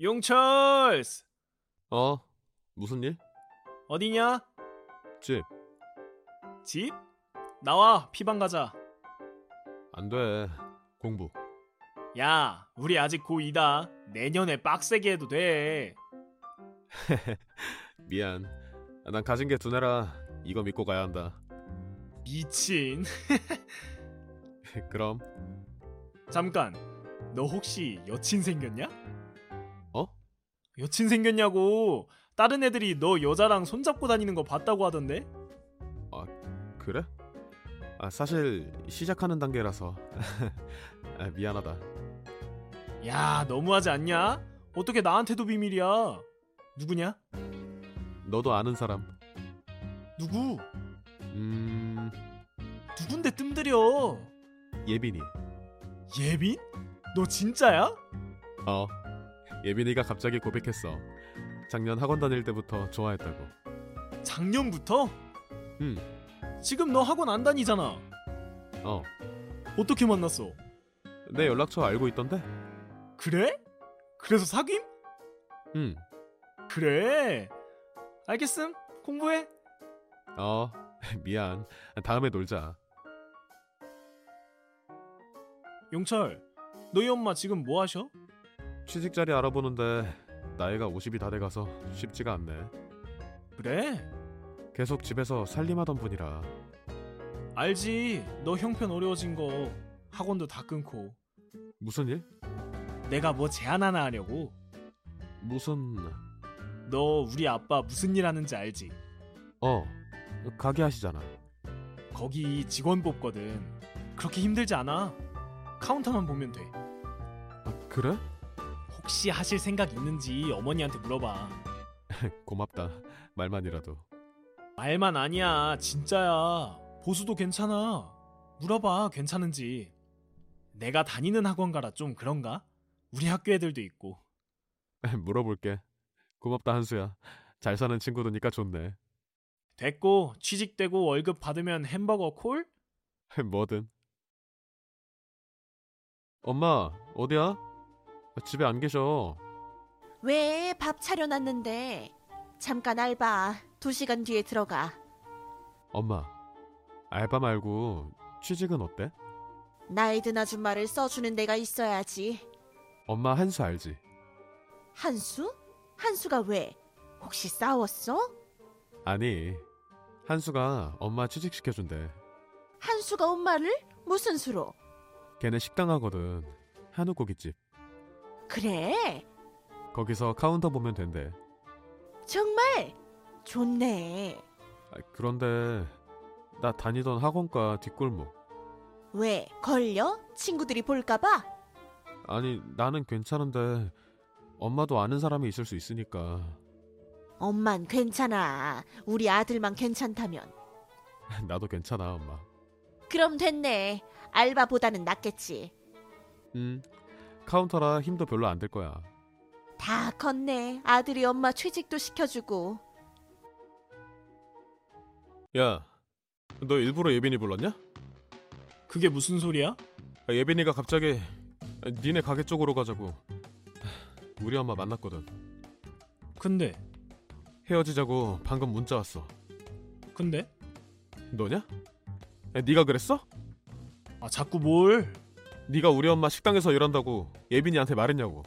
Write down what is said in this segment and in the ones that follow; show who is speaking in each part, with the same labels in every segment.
Speaker 1: 용철스
Speaker 2: 어, 무슨 일?
Speaker 1: 어디냐?
Speaker 2: 집.
Speaker 1: 집? 나와 피방 가자.
Speaker 2: 안 돼. 공부.
Speaker 1: 야, 우리 아직 고2다. 내년에 빡세게 해도 돼.
Speaker 2: 미안. 난 가진 게 두뇌라 이거 믿고 가야 한다.
Speaker 1: 미친.
Speaker 2: 그럼
Speaker 1: 잠깐. 너 혹시 여친 생겼냐?
Speaker 2: 어?
Speaker 1: 여친 생겼냐고. 다른 애들이 너 여자랑 손잡고 다니는 거 봤다고 하던데?
Speaker 2: 그래? 아, 사실 시작하는 단계라서 아, 미안하다.
Speaker 1: 야, 너무하지 않냐? 어떻게 나한테도 비밀이야? 누구냐?
Speaker 2: 너도 아는 사람.
Speaker 1: 누구?
Speaker 2: 음,
Speaker 1: 누군데 뜸들여?
Speaker 2: 예빈이.
Speaker 1: 예빈? 너 진짜야?
Speaker 2: 어. 예빈이가 갑자기 고백했어. 작년 학원 다닐 때부터 좋아했다고.
Speaker 1: 작년부터?
Speaker 2: 응.
Speaker 1: 지금 너 학원 안 다니잖아.
Speaker 2: 어.
Speaker 1: 어떻게 만났어?
Speaker 2: 내 연락처 알고 있던데?
Speaker 1: 그래? 그래서 사귐?
Speaker 2: 응.
Speaker 1: 그래. 알겠음. 공부해.
Speaker 2: 어. 미안. 다음에 놀자.
Speaker 1: 용철, 너희 엄마 지금 뭐 하셔?
Speaker 2: 취직 자리 알아보는데 나이가 50이 다 돼가서 쉽지가 않네.
Speaker 1: 그래?
Speaker 2: 계속 집에서 살림하던 분이라
Speaker 1: 알지. 너 형편 어려워진 거 학원도 다 끊고
Speaker 2: 무슨 일?
Speaker 1: 내가 뭐 제안 하나 하려고.
Speaker 2: 무슨
Speaker 1: 너 우리 아빠 무슨 일 하는지 알지?
Speaker 2: 어 가게 하시잖아.
Speaker 1: 거기 직원 뽑거든. 그렇게 힘들지 않아. 카운터만 보면 돼.
Speaker 2: 아, 그래?
Speaker 1: 혹시 하실 생각 있는지 어머니한테 물어봐.
Speaker 2: 고맙다 말만이라도.
Speaker 1: 말만 아니야 진짜야 보수도 괜찮아 물어봐 괜찮은지 내가 다니는 학원가라 좀 그런가 우리 학교 애들도 있고
Speaker 2: 물어볼게. 고맙다 한수야. 잘 사는 친구도니까 좋네.
Speaker 1: 됐고 취직되고 월급 받으면 햄버거 콜
Speaker 2: 뭐든. 엄마 어디야? 집에 안 계셔.
Speaker 3: 왜 밥 차려놨는데 잠깐 알바 두 시간 뒤에 들어가
Speaker 2: 엄마 알바 말고 취직은 어때?
Speaker 3: 나이 든 아줌마를 써주는 데가 있어야지
Speaker 2: 엄마 한수 알지?
Speaker 3: 한수? 한수가 왜? 혹시 싸웠어?
Speaker 2: 아니 한수가 엄마 취직시켜준대.
Speaker 3: 한수가 엄마를? 무슨 수로?
Speaker 2: 걔네 식당 하거든. 한우 고깃집.
Speaker 3: 그래?
Speaker 2: 거기서 카운터 보면 된대.
Speaker 3: 정말? 좋네
Speaker 2: 아, 그런데 나 다니던 학원과 뒷골목.
Speaker 3: 왜? 걸려? 친구들이 볼까봐?
Speaker 2: 아니 나는 괜찮은데 엄마도 아는 사람이 있을 수 있으니까
Speaker 3: 엄만 괜찮아 우리 아들만 괜찮다면
Speaker 2: 나도 괜찮아 엄마.
Speaker 3: 그럼 됐네 알바보다는 낫겠지
Speaker 2: 음 카운터라 힘도 별로 안 들 거야.
Speaker 3: 다 컸네 아들이 엄마 취직도 시켜주고
Speaker 2: 야, 너 일부러 예빈이 불렀냐?
Speaker 1: 그게 무슨 소리야
Speaker 2: 아, 예빈이가 갑자기 아, 니네 가게 쪽으로 가자고. 하, 우리 엄마 만났거든.
Speaker 1: 근데
Speaker 2: 헤어지자고 방금 문자 왔어.
Speaker 1: 근데
Speaker 2: 너냐? 아, 네가 그랬어?
Speaker 1: 아 자꾸 뭘
Speaker 2: 네가 우리 엄마 식당에서 일한다고 예빈이한테 말했냐고.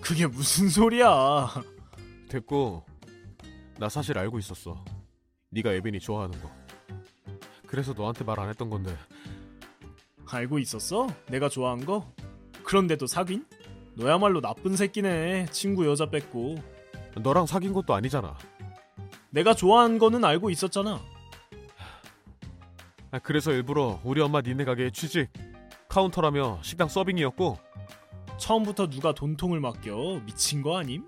Speaker 1: 그게 무슨 소리야
Speaker 2: 됐고 나 사실 알고 있었어. 네가 예빈이 좋아하는 거. 그래서 너한테 말 안 했던 건데
Speaker 1: 알고 있었어 내가 좋아한 거 그런데도 사귄 너야말로 나쁜 새끼네 친구 여자 뺏고
Speaker 2: 너랑 사귄 것도 아니잖아.
Speaker 1: 내가 좋아한 거는 알고 있었잖아
Speaker 2: 아, 그래서 일부러 우리 엄마 니네 가게에 취직 카운터라며 식당 서빙이었고
Speaker 1: 처음부터 누가 돈통을 맡겨 미친 거 아님?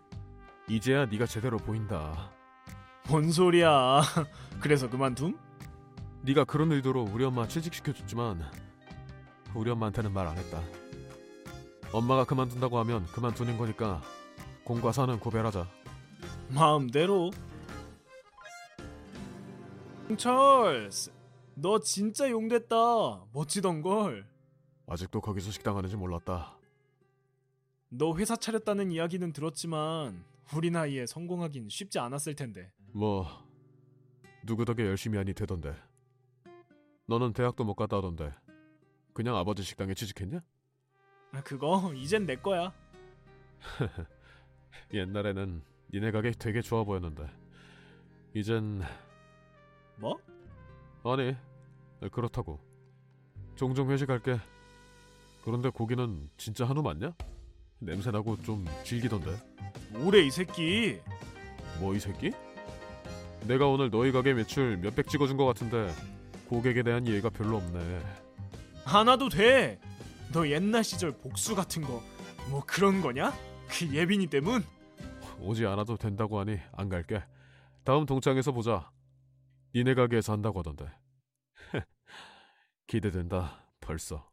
Speaker 2: 이제야 네가 제대로 보인다.
Speaker 1: 뭔 소리야? 그래서 그만둠?
Speaker 2: 네가 그런 의도로 우리 엄마 취직시켜줬지만 우리 엄마한테는 말 안 했다. 엄마가 그만둔다고 하면 그만두는 거니까 공과 사는 고별하자.
Speaker 1: 마음대로. 철스, 너 진짜 용됐다. 멋지던 걸.
Speaker 2: 아직도 거기서 식당 하는지 몰랐다.
Speaker 1: 너 회사 차렸다는 이야기는 들었지만 우리 나이에 성공하긴 쉽지 않았을 텐데.
Speaker 2: 뭐 누구 덕에 열심히 하니 되던데. 너는 대학도 못 갔다 하던데. 그냥 아버지 식당에 취직했냐?
Speaker 1: 아, 그거 이젠 내 거야.
Speaker 2: 옛날에는 니네 가게 되게 좋아 보였는데. 이젠
Speaker 1: 뭐?
Speaker 2: 아니 네, 그렇다고. 종종 회식할게. 그런데 고기는 진짜 한우 맞냐? 냄새나고 좀 질기던데.
Speaker 1: 뭐래 이 새끼?
Speaker 2: 뭐 이 새끼? 내가 오늘 너희 가게 매출 몇백 찍어준 것 같은데 고객에 대한 예의가 별로 없네.
Speaker 1: 안 와도 돼. 너 옛날 시절 복수 같은 거 뭐 그런 거냐? 그 예빈이 때문?
Speaker 2: 오지 않아도 된다고 하니 안 갈게. 다음 동창에서 보자. 니네 가게에서 한다고 하던데. 기대된다. 벌써.